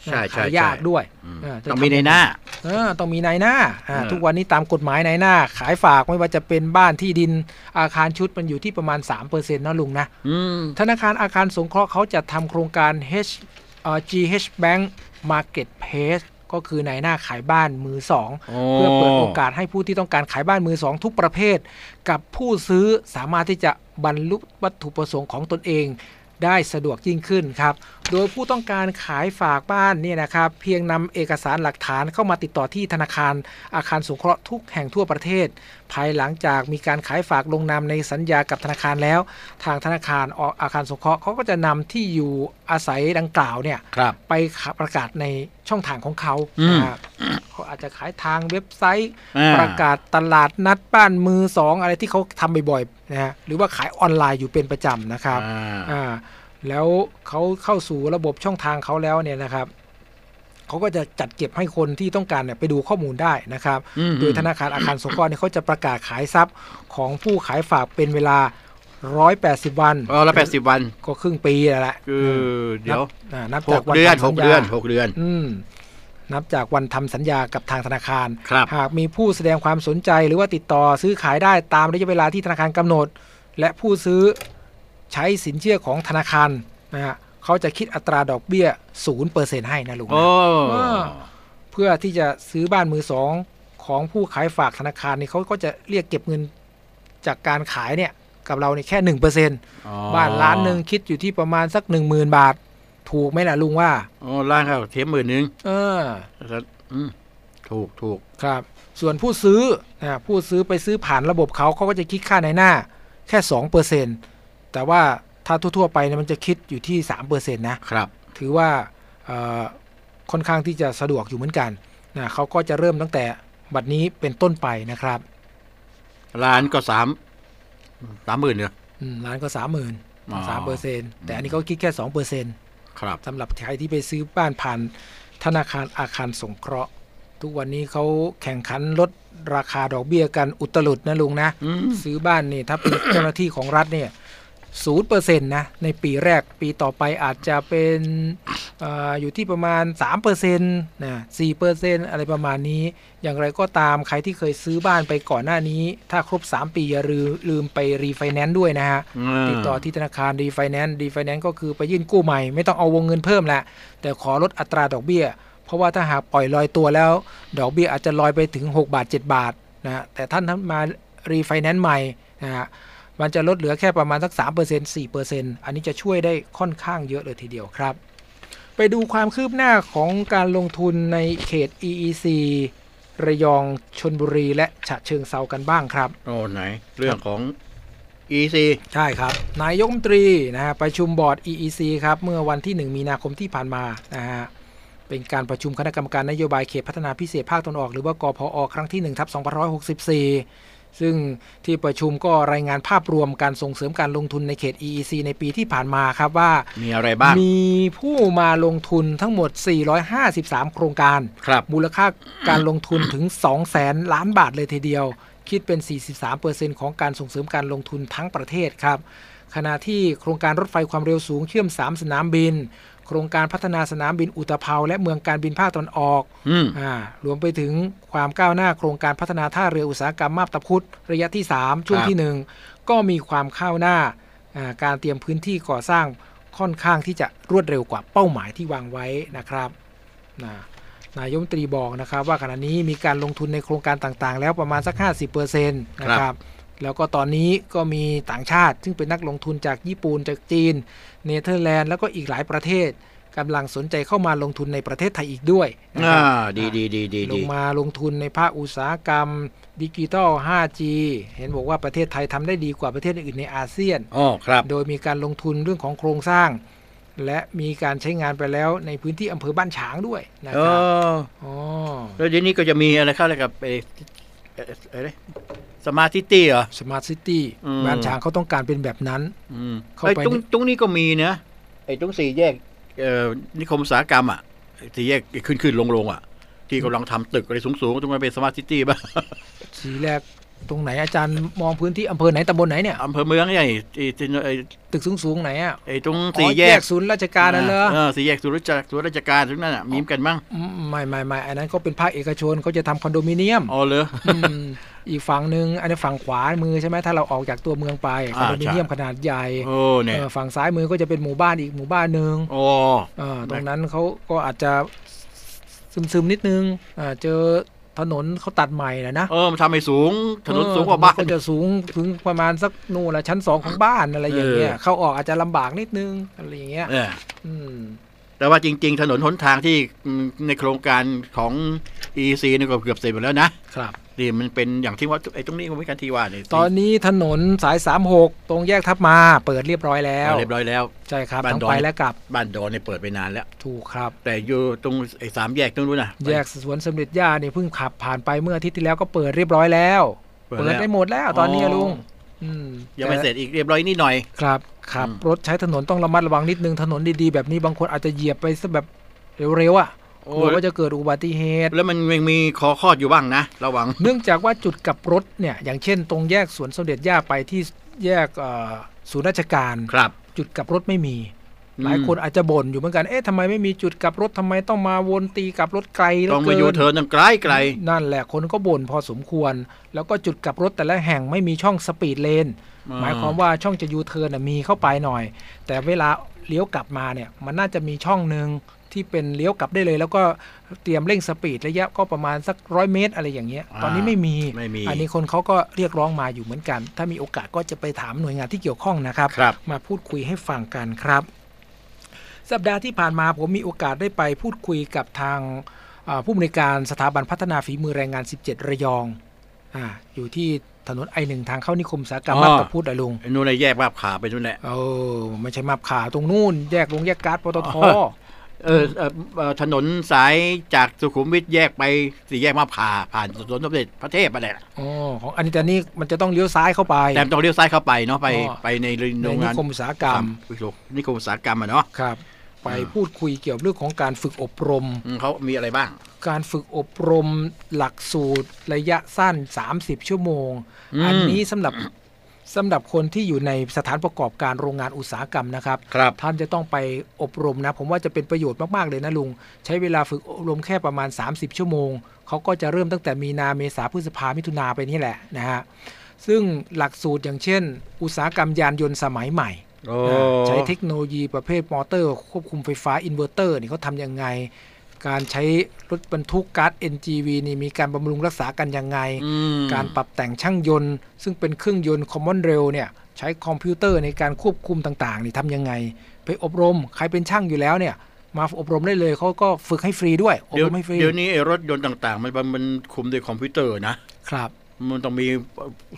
ใช่ใช่ ขาย ใช่ ยากด้วย อืม เจะ ต้องมีในหน้า เออต้องมีนายหน้าอ่า เออ ทุกวันนี้ตามกฎหมายนายหน้า ขายฝากไม่ว่าจะเป็นบ้านที่ดินอาคารชุดมันอยู่ที่ประมาณ3%เปอร์เซ็นต์นะลุงนะ อืม ธนาคารอาคารสงเคราะห์เขาจะทำโครงการ H เอ่อ GH Bank Marketplace ก็คือนายหน้าขายบ้านมือสอง โอ้ เพื่อเปิดโอกาสให้ผู้ที่ต้องการขายบ้านมือสองทุกประเภท กับผู้ซื้อสามารถที่จะบรรลุวัตถุประสงค์ของตนเอง ได้สะดวกยิ่งขึ้นครับ โดยผู้ต้องการขายฝากบ้านเนี่ยนะครับเพียงนำเอกสารหลักฐานเข้ามาติดต่อที่ธนาคาร อาคารสงเคราะห์ทุกแห่งทั่วประเทศ ภายหลังจากมีการขายฝากลงนามในสัญญากับธนาคารแล้ว ทางธนาคารออกอาคารสงเคราะห์เขาก็จะนำที่อยู่อาศัยดังกล่าวเนี่ย ครับ ไปประกาศในช่องทางของเขา อืม นะครับเขาอาจจะขายทางเว็บไซต์ อ่ ประกาศตลาดนัดบ้านมือสองอะไรที่เขาทำบ่อยๆนะฮะหรือว่าขายออนไลน์อยู่เป็นประจำนะครับ อ่า อ่าแล้วเขาเข้าสู่ระบบช่องทางเขาแล้วเนี่ยนะครับเขาก็จะจัดเก็บให้คนที่ต้องการเนี่ยไปดูข้อมูลได้นะครับ อืม โดยธนาคารอาคารสงเคราะห์เนี่ยเขาจะประกาศขายทรัพย์ของผู้ขายฝากเป็นเวลา 180 วัน เอาละแปดสิบวัน ก็ครึ่งปีนั่นแหละ คือ ม เดี๋ยว นับอ่านับ ห จาก ก วัน เดือน ทำ ห สั ก ญ เดือ ญาน หกเดือน อืมนับจากวันทำสัญญากับทางธนาคาร ครับ หากมีผู้แสดงความสนใจหรือว่าติดต่อซื้อขายได้ตามระยะเวลาที่ธนาคารกำหนด และผู้ซื้อใช้สินเชื่อของธนาคารนะฮะเขาจะคิดอัตราดอกเบี้ย 0%ให้นะลุงนะ โอ้ อ่า เพื่อที่จะซื้อบ้านมือสองของผู้ขายฝากธนาคารนี่เขาก็จะเรียกเก็บเงินจากการขายเนี่ยกับเราเนี่ยแค่ 1%บ้านล้านหนึ่งคิดอยู่ที่ประมาณสัก 10,000 บาท ถูกไหมล่ะลุงว่า โอ้ล้านครับเทียมหมื่นหนึ่ง เออ แล้วอืมถูกถูก ครับ ส่วนผู้ซื้อนะผู้ซื้อไปซื้อผ่านระบบเขาเขาก็จะคิดค่าในหน้าแค่2%เปอร์เซ็นแต่ว่าถ้าทั่วๆไปเนี่ยมันจะคิดอยู่ที่3%เปอร์เซ็นนะครับ ถือว่าเอ่อค่อนข้างที่จะสะดวกอยู่เหมือนกันนะเขาก็จะเริ่มตั้งแต่บัดนี้เป็นต้นไปนะครับ ล้านก็สามสามหมื่นเนี่ย อืมร้านก็สามหมื่น อ๋อ สามเปอร์เซ็นแต่อันนี้เขาคิดแค่สองเปอร์เซ็น ครับ สำหรับใครที่ไปซื้อบ้านผ่านธนาคารอาคารสงเคราะห์ ทุกวันนี้เขาแข่งขันลดราคาดอกเบี้ยกันอุตลุดนะลุงนะ อืม ซื้อบ้านนี่ถ้าเป็น เจ้าหน้าที่ของรัฐเนี่ยศูนย์เปอร์เซ็นต์นะ ในปีแรกปีต่อไปอาจจะเป็นเอออยู่ที่ประมาณ3เปอร์เซ็นต์นะสี่เปอร์เซ็นต์อะไรประมาณนี้ อย่างไรก็ตามใครที่เคยซื้อบ้านไปก่อนหน้านี้ ถ้าครบ 3 ปีอย่าลืมลืมไปรีไฟแนนซ์ด้วยนะฮะ ติดต่อที่ธนาคารรีไฟแนนซ์รีไฟแนนซ์ก็คือไปยื่นกู้ใหม่ ไม่ต้องเอาวงเงินเพิ่มแหละแต่ขอลดอัตราดอกเบี้ย เพราะว่าถ้าหากปล่อยลอยตัวแล้ว ดอกเบี้ยอาจจะลอยไปถึง 6 บาท 7 บาทนะฮะแต่ท่านทั้นมารีไฟแนนซ์ใหม่นะฮะมันจะลดเหลือแค่ประมาณสัก 3% 4%อันนี้จะช่วยได้ค่อนข้างเยอะเลยทีเดียวครับ ไปดูความคืบหน้าของการลงทุนในเขต EEC ระยองชนบุรีและฉะเชิงเซากันบ้างครับ โอ้ไหน เรื่องของ EC ใช่ครับ นายกรัฐมนตรีนะฮะประชุมบอร์ด EEC ครับเมื่อวันที่ 1 มีนาคมที่ผ่านมานะฮะเป็นการประชุมคณะกรรมการนโยบายเขตพัฒนาพิเศษภาคตะวันออกหรือว่ากพอครั้งที่1ทับ2564 ซึ่งที่ประชุมก็รายงานภาพรวมการส่งเสริมการลงทุนในเขต EEC ในปีที่ผ่านมาครับว่า มีอะไรบ้าง มีผู้มาลงทุนทั้งหมด 453 โครงการ ครับ มูลค่าการลงทุนถึง 2 0 0แสนล้านบาทเลยทีเดียว คิดเป็น 43%ของการส่งเสริมการลงทุนทั้งประเทศครับ ขณะที่โครงการรถไฟความเร็วสูงเชื่อม 3 สนามบิน โครงการพัฒนาสนามบินอุตภเปาและเมืองการบินภาคตะวันออก อืม อ่ารวมไปถึงความก้าวหน้าโครงการพัฒนาท่าเรืออุตสาหกรรมมาบตาพุธระยะที่ 3 ช่วง ครับ ที่ 1 ก็มีความข้าวหน้าอ่าการเตรียมพื้นที่ก่อสร้างค่อนข้างที่จะรวดเร็วกว่าเป้าหมายที่วางไว้นะครับนะนายกรัฐมนตรีบอกนะครับ ว่าขณะนี้มีการลงทุนในโครงการต่างๆ แล้วประมาณสัก 50%นะครับแล้วก็ตอนนี้ก็มีต่างชาติ ซึ่งเป็นนักลงทุนจากญี่ปุ่นจากจีน เนเธอร์แลนด์แล้วก็อีกหลายประเทศกำลังสนใจเข้ามาลงทุนในประเทศไทยอีกด้วยนะครอ่าับ ดีดีดีดี ล ดี งมาลงทุนในภาคอุตสาหกรรมดิจิทัล 5G เห็นบอกว่าประเทศไทยทำได้ดีกว่าประเทศอื่นในอาเซียน อ๋อครับ โดยมีการลงทุนเรื่องของโครงสร้าง และมีการใช้งานไปแล้วในพื้นที่อำเภอบ้านฉางด้วยนะ เอ ครับ อ อ๋อ แล้วเดี๋ยวนี้ก็จะมีอะไรเข้าเลยกับไอ้ไอ้ไอ้สมาร์ทซิตี้เหรอ สมาร์ทซิตี้ อืม บ้านฉางเขาต้องการเป็นแบบนั้น อืม เข้า ไอ้ ไป ตรง นี่ ตรงนี้ก็มีนะ ไอ้ตรงสี่แยกเอ่อนิคมอุตสาหกรรมอ่ะสี่แยกขึ้นขึ้นลงลงๆอ่ะ ที่กำลังทำตึกอะไรสูงๆตรงนั้นเป็นสมาร์ทซิตี้บ้ าง สีแรกตรงไหนอาจารย์มองพื้นที่อำเภอไหนตำบลไหนเนี่ย อำเภอเมืองใหญ่ที่ที่ไอ้ ตึกสูงๆไหนอ่ะ ไอ้ตรง อ๋อ สี่แยก ศูนย์ราชการนั่นเหรอ อสี่แยกสุรจักรสุรราชการตรงนั้นอ่ะมีเหมอนกันมั้ง มไม่ไม่ไม่อันนั้นก็เป็นภาคเอกชนเขาจะทำคอนโดมิเนียม อ๋อเหรอ มอีกฝั่งหนึ่งอันนี้ฝั่งขวามือใช่ไหมถ้าเราออกจากตัวเมืองไปคอนอ่าโดมิเนียมขนาดใหญ่ โอ้เนี่ย เออฝั่งซ้ายมือก็จะเป็นหมู่บ้านอีกหมู่บ้านหนึ่ง โอ้ เออตรงนั้นเขาก็อาจจะซึมๆนิดนึงอ่าเจอถนนเขาตัดใหม่นะนะ เออมันทำให้สูงถนนสูงกว่าบ้าน เออมัก็จะสูงถึงประมาณสักนู่นละชั้นสองของบ้านอะไรอย่างเงี้ย เออ เข้าออกอาจจะลำบากนิดนึงอะไรอย่างเงี้ย เออ อืม แต่ว่าจริง ๆ ถนนหนทางที่ในโครงการของ EC นี่ก็เกือบเสร็จหมดแล้วนะครับ นี่มันเป็นอย่างที่ว่าไอ้ตรงนี้ผมไม่การทีว่าเนี่ย ตอนนี้ถนนสาย 36 ตรงแยกทับมาเปิดเรียบร้อยแล้ว เรียบร้อยแล้ว ใช่ครับ บ้าน ทั้ง ดอน ไปและกลับ บ้านดอนเนี่ยเปิดไปนานแล้ว ถูกครับ แต่อยู่ตรงไอ้สามแยกตรงนู้นนะ แยกสวนสมเด็จย่านี่เพิ่งขับผ่านไปเมื่ออาทิตย์ที่แล้วก็เปิดเรียบร้อยแล้ว เปิด เปิด แล้ว ได้หมดแล้วตอนนี้อะ อ๋อ ลุงอืม ยังไม่เสร็จอีกเรียบร้อยนิดหน่อย ครับขับ อืม รถใช้ถนนต้องระมัดระวังนิดนึงถนนดีๆแบบนี้บางคนอาจจะเหยียบไปซะแบบเร็วๆอ่ะกลัวว่าจะเกิดอุบัติเหตุ แล้วมันยังมีคอคอดอยู่บ้างนะ ระวัง เนื่องจากว่าจุดกลับรถเนี่ยอย่างเช่น ตรงแยกสวนสมเด็จย่าไปที่แยกเอ่อศูนย์ราชการ ครับ จุดกลับรถไม่มี หลายคนอาจจะบ่นอยู่เหมือนกันเอ๊ะทำไมไม่มีจุดกลับรถทำไมต้องมาวนตีกลับรถไกลเหลื ต้ อ องไป เกิ ยู น เทิร์นไกลไกล นั่นแหละคนก็บ่นพอสมควร แล้วก็จุดกลับรถแต่ละแห่งไม่มีช่องสปีดเลน ๆ หมายความว่าช่องจะยูเทิร์นนะมีเข้าไปหน่อย แต่เวลาเลี้ยวกลับมาเนี่ยมันน่าจะมีช่องหนึ่งที่เป็นเลี้ยวกลับได้เลย แล้วก็เตรียมเร่งสปีดระยะก็ประมาณสักร้อยเมตร อะไรอย่างเงี้ย า ตอนนี้ไม่มี ไม่มี อันนี้คนเขาก็เรียกร้องมาอยู่เหมือนกัน ถ้ามีโอกาสก็จะไปถามหน่วยงานที่เกี่ยวข้องนะครับ ครับ มาพูดคุยให้ฟังกันครับ สัปดาห์ที่ผ่านมาผมมีโอกาสได้ไปพูดคุยกับทางเอ่อผู้บริการสถาบันพัฒนาฝีมือแรงงาน 17 ระยองอาอยู่ที่ถนนไอหนึ่งทางเข้านิคมอุตสาหกรรมมาบตาพุดอะลุง ไอ้นู่นเลยแยกว่าบขาไปนู่นแหละ เออไม่ใช่มาบขาตรงนู่น แยกลงแยกการ์ดปตท อ๋อ เออเอ่อเอ่อถนนสายจากสุขุมวิทแยกไปสี่แยกมาบขาผ่านสวนสมเด็จพระเทพไปแหละ อ๋อของอันนี้แต่นี่มันจะต้องเลี้ยวซ้ายเข้าไป แต่ต้องเลี้ยวซ้ายเข้าไปเนาะไป อ๋อ ไปใน ใน โรง นิ งาน คมอุตสาหกรรม อุตสาหกรรมนิคมอุตสาหกรรมอะเนาะ ครับ ไป อ่า พูดคุยเกี่ยวกับเรื่องของการฝึกอบรม อืมเขามีอะไรบ้าง การฝึกอบรมหลักสูตรระยะสั้น 30 ชั่วโมง อืม อันนี้สำหรับสำหรับคนที่อยู่ในสถานประกอบการโรงงานอุตสาหกรรมนะครับ ครับ ท่านจะต้องไปอบรมนะ ผมว่าจะเป็นประโยชน์มาก ๆ เลยนะลุง ใช้เวลาฝึกอบรมแค่ประมาณ 30 ชั่วโมง เขาก็จะเริ่มตั้งแต่มีนาเมษาพฤษภามิถุนาไปนี่แหละนะฮะซึ่งหลักสูตรอย่างเช่น อุตสาหกรรมยานยนต์สมัยใหม่ โอ้ ใช้เทคโนโลยีประเภทมอเตอร์ ควบคุมไฟฟ้าอินเวอร์เตอร์นี่เขาทำยังไง การใช้รถบรรทุกก๊าซ NGV นี่มีการบำรุงรักษากันยังไง อืม การปรับแต่งช่างยนต์ ซึ่งเป็นเครื่องยนต์คอมมอนเรลเนี่ยใช้คอมพิวเตอร์ในการควบคุมต่างๆนี่ทำยังไง ไปอบรม ใครเป็นช่างอยู่แล้วเนี่ย มาอบรมได้เลยเขาก็ฝึกให้ฟรีด้วยอบ เดี๋ย ร ว มให้ฟรี เดี๋ยวนี้ไอ้รถยนต์ต่างๆ มันมันมันคุมด้วยคอมพิวเตอร์นะ ครับ มันต้องมี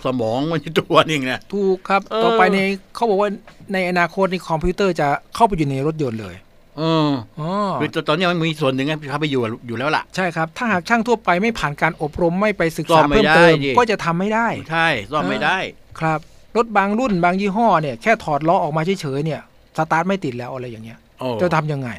สมองมันอยู่ตัวนึงนะ ถูกครับ เออ ต่อไปในเขาบอกว่าในอนาคตนี่คอมพิวเตอร์จะเข้าไปอยู่ในรถยนต์เลย เออ อ๋อ คือตอนนี้มันมีส่วนหนึ่งที่เขาไปอยู่อยู่แล้วล่ะ ใช่ครับ ถ้าหากช่างทั่วไปไม่ผ่านการอบรมไม่ไปศึกษา ซ่อมไม่ เพิ่มเติม ได้ดิ ก็จะทำไม่ได้ ใช่ซ่อมไม่ได้ ครับ รถบางรุ่นบางยี่ห้อเนี่ยแค่ถอดล้อออกมาเฉยๆเนี่ยสตาร์ทไม่ติดแล้วอะไรอย่างเงี้ย โอ้ จะทำยังไง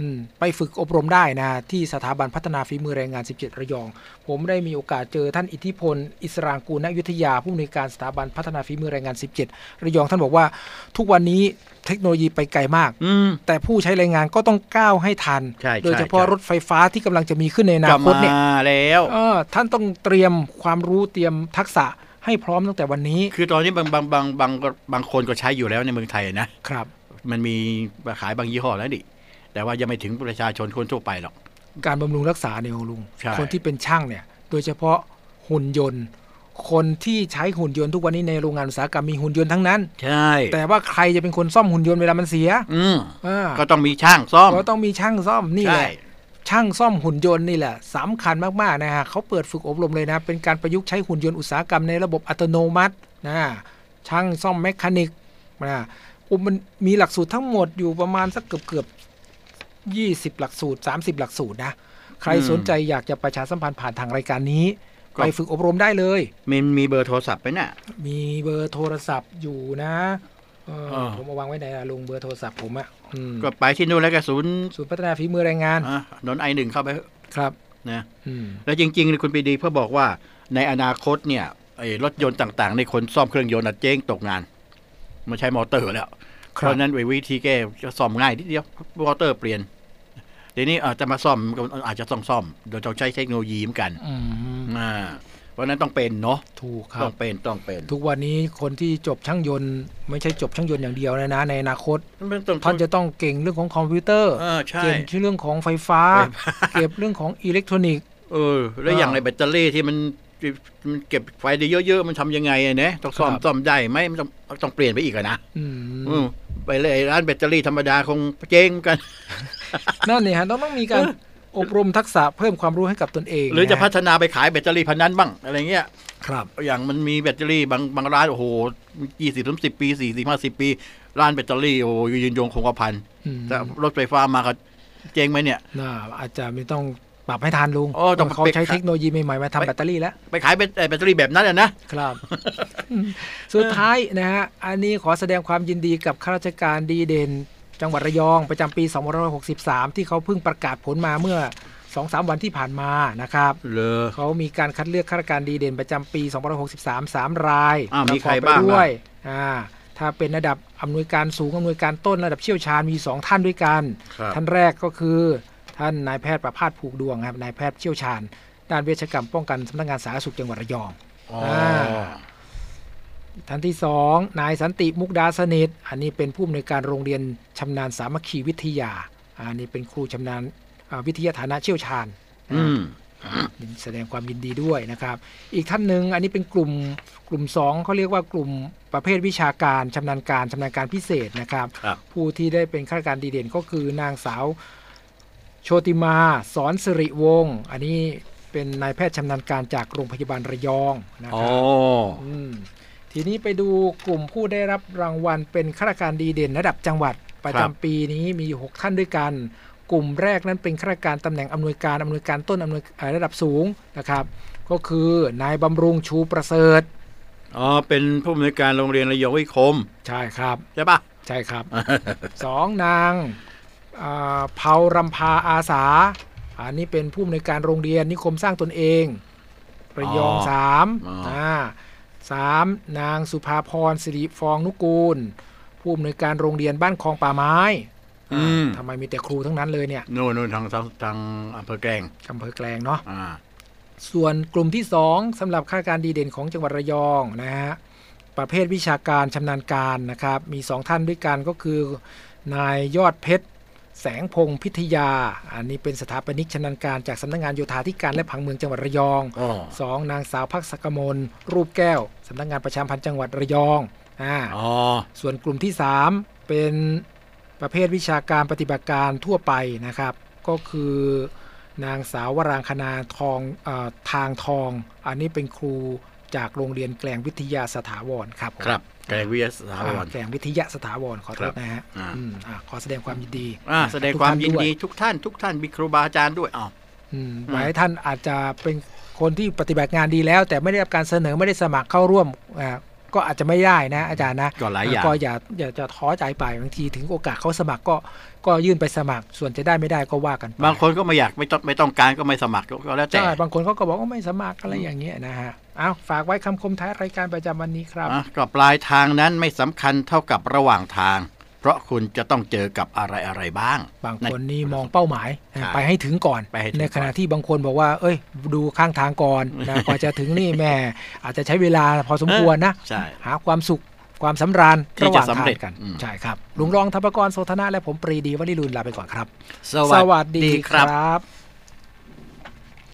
อืมไปฝึกอบรมได้นะ ที่สถาบันพัฒนาฝีมือแรงงาน 17 ระยอง ผมได้มีโอกาสเจอท่านอิทธิพล อิสรางกูลณอยุธยา ผู้อำนวยการสถาบันพัฒนาฝีมือแรงงาน 17 ระยองท่านบอกว่าทุกวันนี้เทคโนโลยีไปไกลมาก อืม แต่ผู้ใช้แรงงานก็ต้องก้าวให้ทัน ใช่ใช่ โดยเฉพาะ ใช่ รถไฟฟ้าที่กำลังจะมีขึ้นในอนา จะ ค มา ตเนี่ย แล้ว เออท่านต้องเตรียมความรู้เตรียมทักษะให้พร้อมตั้งแต่วันนี้ คือตอนนี้บางบางบางบางบางคนก็ใช้อยู่แล้วในเมืองไทยนะ ครับ มันมีขายบางยี่ห้อแล้วดิ แต่ว่ายังไม่ถึงประชาชนคนทั่วไปหรอก การบำรุงรักษาเนี่ยลุง ใช่ คนที่เป็นช่างเนี่ย โดยเฉพาะหุ่นยนต์ คนที่ใช้หุ่นยนต์ทุกวันนี้ในโรงงานอุตสาหกรรมมีหุ่นยนต์ทั้งนั้น ใช่ แต่ว่าใครจะเป็นคนซ่อมหุ่นยนต์เวลามันเสีย อืม อ่า ก็ต้องมีช่างซ่อม เราต้องมีช่างซ่อมนี่แห ใช่ ละช่างซ่อมหุ่นยนต์นี่แหละสำคัญมากๆนะฮะเขาเปิดฝึกอบรมเลยนะ เป็นการประยุกต์ใช้หุ่นยนต์อุตสาหกรรมในระบบอัตโนมัตินะช่างซ่อมแมคคานิก นะอุมันมีหลักสูตรทั้งหมดอยู่ประมาณสักเกือบเกือบยี่สิบหลักสูตรสามสิบหลักสูตรนะ ใครสนใจอยากจะประชาสัมพันธ์ผ่านทางรายการนี้ ไปฝึกอบรมได้เลย มันมีเบอร์โทรศัพท์ไหมน่ะ มีเบอร์โทรศัพท์อยู่นะเออ อ่า ผมเอาวางไว้ไหนล่ะลุงเบอร์โทรศัพท์ผมอะอืม ก็ไปที่นู่นแล้วก็ศูนย์ ศูนย์พัฒนาฝีมือแรงงาน อ่ะนนไอหนึ่งเข้าไป ครับ นะ อืม แล้วจริงๆเนี่ยคุณปรีดีเขาบอกว่าในอนาคตเนี่ยไอ้รถยนต์ต่างๆ ในคนซ่อมเครื่องยนต์อะเจ๊งตกงานไม่ใช้มอเตอร์แล้วเพราะฉะนั้นวิธีแก้จะซ่อมง่ายนิดเดียวมอเตอร์เปลี่ยนทีนี้อาจจะมาซ่อมก็อาจจะต้องซ่อม โดยเราใช้เทคโนโลยีเหมือนกัน อืม อ่าเพราะฉะนั้นต้องเป็นเนาะ ถูกครั ต้ บ องเป็นต้องเป็น ทุกวันนี้คนที่จบช่างยนต์ ไม่ใช่จบช่างยนต์อย่างเดียวนะนะในอนาคต ต้อง ท่านจะต้องเก่งเรื่องของคอมพิวเตอร์ อ่าใช่ เก่งที่เรื่องของไฟฟ้า ไฟ เก็บเรื่องของอิเล็กทรอนิกส์ เออแล้วอย่าง อ่า ในแบตเตอรี่ที่มันมันเก็บไฟได้เยอะๆมันทำยังไงอะเนี่ยต้องซ่อม ครับ ซ่อมได้ไหมมันต้องต้องเปลี่ยนไปอีกอะนะ อืม อืมไปเลยไอ้ร้านแบตเตอรี่ธรรมดาคงเจ๊งเหมือนกัน นั่นเนี่ยฮะต้องต้องมีการอบรมทักษะเพิ่มความรู้ให้กับตนเอง หรือจะ นฮ พัฒนาไปขายแบตเตอรี่พันนั้นบ้างอะไรเงี้ย ครับ อย่างมันมีแบตเตอรี่บางบางร้านโอ้โหยี่สิบสามสิบปีสี่สิบห้าสิบปี ร้านแบตเตอรี่โอ้โหยืนยงคงกระพัน อืม แต่รถไฟฟ้ามาก็เจ๊งไหมเนี่ย น่าอาจจะไม่ต้องปรับให้ทันลุง โอ้ต้อง เขาใช้ ไป เทคโนโลยีใหม่ๆมาทำแบตเตอรี่แล้ว ไปขายแบตเอ่อแบตเตอรี่แบบนั้นอะนะครับ สุดท้ายนะฮะ อันนี้ขอแสดงความยินดีกับข้าราชการดีเด่น จังหวัดระยองประจำปี 2563 ที่เขาเพิ่งประกาศผลมาเมื่อ 2-3 วันที่ผ่านมานะครับ เลย เขามีการคัดเลือกข้าราชการดีเด่นประจำปี 2563 3 ราย อ้าวมีใคร ปะกอไป บ้างล่ะ ด้วยอ่าถ้าเป็นระดับอำนวยการสูงอำนวยการต้นระดับเชี่ยวชาญมี 2 ท่านด้วยกัน ท่านแรกก็คือ ท่านนายแพทย์ประภาสผูกดวงครับนายแพทย์เชี่ยวชาญ ด้านเวชกรรมป้องกันสำนักงานสาธารณสุขจังหวัดระยอง อ๋อ ท่านที่สองนายสันติมุกดาสนิท อันนี้เป็นผู้อำนวยการโรงเรียนชำนาญสามัคคีวิทยา อันนี้เป็นครูชำนาญอ่าวิทยาฐานะเชี่ยวชาญ อืม แสดงความยินดีด้วยนะครับ อีกท่านหนึ่งอันนี้เป็นกลุ่มกลุ่มสองเขาเรียกว่ากลุ่มประเภทวิชาการชำนาญการชำนาญการพิเศษนะครับ ครับ ผู้ที่ได้เป็นข้าราชการดีเด่นก็คือนางสาว โชติมาสอนสิริวงศ์อันนี้เป็นนายแพทย์ชำนาญการจากโรงพยาบาลระยองนะค อ๋อ รับ อืมทีนี้ไปดูกลุ่มผู้ได้รับรางวัลเป็นข้าราชการดีเด่นระดับจังหวัดประจำปีนี้มีอยู่6ท่านด้วยกัน กลุ่มแรกนั้นเป็นข้าราชการตำแหน่งอำนวยการอำนวยการต้นอำนวยเอ่อระดับสูงนะครับ ก็คือนายบำรุงชูประเสริฐ อ๋อเป็นผู้อำนวยการโรงเรียนระยองวิคม ใช่ครับ ใช่ปะ ใช่ ครับ สองนางอ่าเผารำพาอาสาอันนี้เป็นผู้อำนวยการโรงเรียนนิคมสร้างตนเอง ระยอง อ๋อ สาม อ๋ออ่ ่าสามนางสุภาพรสิริฟองนุกูล ผู้อำนวยการโรงเรียนบ้านคลองป่าไม้ อืม ทำไมมีแต่ครูทั้งนั้นเลยเนี่ย โน่นโน่นทางทางทางอำเภอแกลง อำเภอแกลงเนาะ อ่า ส่วนกลุ่มที่สองสำหรับข้าราชการดีเด่นของจังหวัดระยองนะฮะประเภทวิชาการชำนาญการนะครับ มีสองท่านด้วยกันก็คือ นายยอดเพชร แสงพงศ์พิทยา อันนี้เป็นสถาปนิกชำนาญการจากสำนักงานโยธาธิการและผังเมืองจังหวัดระยอง อ๋อ สองนางสาวพักสกมล รูปแก้ว สำนักงานประชาพันธ์จังหวัดระยองอ่า อ๋อ ส่วนกลุ่มที่ 3 เป็นประเภทวิชาการปฏิบัติการทั่วไปนะครับ ก็คือนางสาววรางคณาทองเออทางทอง อันนี้เป็นครูจากโรงเรียนแกลงวิทยาสถาวรครับผม ครับแกลงวิทยาสถา อ่าว ร แกลงวิทยาสถาวรขอโท ครั ษ บ นะฮะ อ่า อืมอ่าขอแสดงความยินดี อ่า นะ แสดงความยิทุนกท่ ดี ว ทุกท่านทุกท่านมีครูบาอาจารย์ด้วยอ้าว อืม อืม หลายท่านอาจจะเป็นคนที่ปฏิบัติงานดีแล้ว แต่ไม่ได้รับการเสนอไม่ได้สมัครเข้าร่วมอ่าก็อาจจะไม่ได้นะอาจารย์นะ ก็หลายอย่าง ก็อย่าอย่าจะท้อใจไปบางทีถึงโอกาสเขาสมัครก็ก็ยื่นไปสมัคร ส่วนจะได้ไม่ได้ก็ว่ากันไป บางคนก็ไม่อยากไม่ต้องไม่ต้องการก็ไม่สมัครก็แล้วแต่ ใช่บางคนเขาก็บอกว่าไม่สมัครอะไรอย่างเงี้ยนะฮะเอาฝากไว้คำคมท้ายรายการประจำวันนี้ครับ อ่ะก็ปลายทางนั้นไม่สำคัญเท่ากับระหว่างทาง เพราะคุณจะต้องเจอกับอะไรอะไรบ้าง บางคนนี่มองเป้าหมายนะ ใช่ ไปให้ถึงก่อน ไปให้ถึงก่อน ในขณะที่บางคนบอกว่า เอ้ย ดูข้างทางก่ อนนะกว่าจะถึงนี่แม่อาจจะใช้เวลาพอสมควรนะ ใช่ หาความสุขความสำราญ ที่ ระหว่าง จะ ทา สำเร็จ งกัน อืม ใช่ครับ ลุงรองธปกรโสธนาและผมปรีดีวลีรุณลาไปก่อนครับ สวัสดีครับ บ